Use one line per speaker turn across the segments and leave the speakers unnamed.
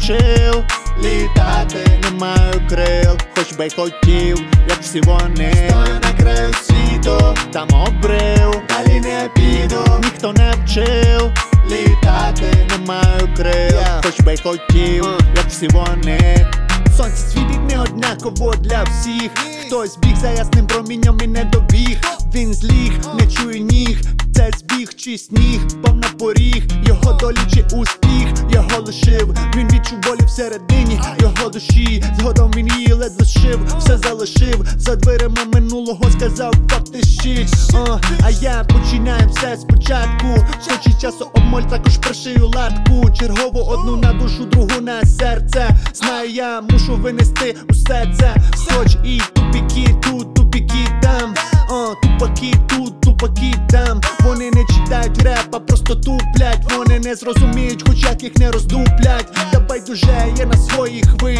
сил, літати не маю крил, хоч би й хотів, як всі вони. Стою на краю світу, там обрив, далі не піду, ніхто не вчив. Літати не маю крил,
Yeah.
хоч би й хотів,
Мгм.
як всі вони. Uh. Сонце світить не однаково для всіх. Хтось біг за ясним промінням і не добіг. Він зліг, не чує ніг. Це збіг чи сніг, пав на поріг, його долі чи успіх, його лишив. Він відчув болі всередині його душі. Згодом він її ледве зшив, все залишив за дверима минулого, сказав fuck this shit О, А я починаю все спочатку. Хоч і часу обмоль також пришию латку. Чергову одну на душу, другу на серце. Знаю, я мушу винести усе це. Хоч і тупіки тут, тупіки там. О, тупаки тут, тупаки там. Вони не читають репа, просто туплять. Вони не зрозуміють, хоч як їх не роздуплять. Та байдуже є на своїй хвилі.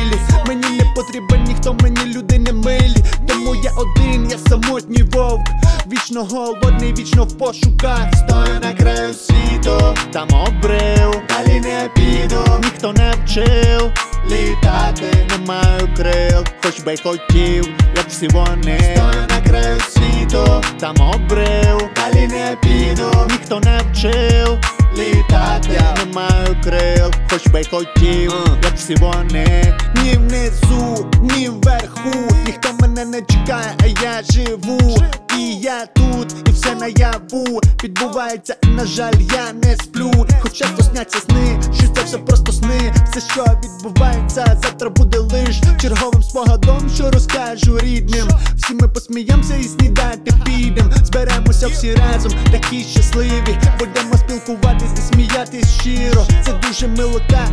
Мені не потрібен ніхто, мені люди не милі. Тому я один, я самотній вовк. Вічно голодний, вічно в пошуках. Стою на краю світу, там обрив, далі не піду, ніхто не вчив. Літати не маю крил, хоч би й хотів, як всі вони. Стою на краю світу, там обрив, далі не піду, ніхто не вчив. Літати не маю крил, хоч би й хотів, як всі вони. Ні внизу, ні вверху, ніхто мене не чекає, а я живу. І я тут, і все наяву відбувається, і на жаль, я не сплю. Хоч часто сняться сни, що це все просто сни. Все, що відбувається, завтра буде лиш черговим спогадом, що розкажу рідним. Всі ми посміємося і снідати підем. Зберемося всі разом, такі щасливі. Будемо спілкуватись і сміятись щиро. Це дуже мило та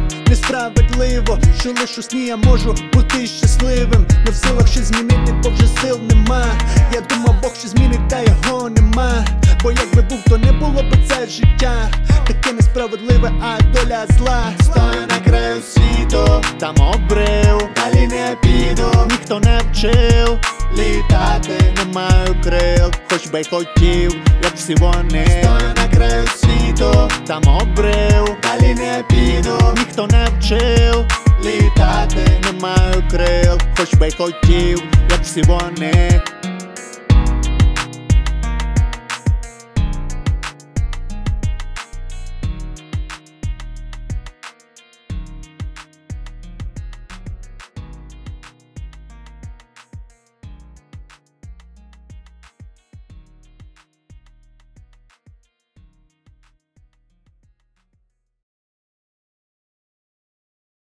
несправедливо. Що лиш у сні я можу бути щасливим. Не в силах щось змінити, бо вже сил нема. Я думав, Бог що змінить, та його нема. Бо якби був, то не було б це життя. Таке несправедливе, а доля зла. Стою на краю світу, там обрив, далі не піду, ніхто не вчив. Літати не маю крил, хоч би й хотів, як всі вони. Стою на краю світу, там обрив, далі не піду, ніхто не вчив. Літати не маю крил, хоч би й хотів, як всі вони.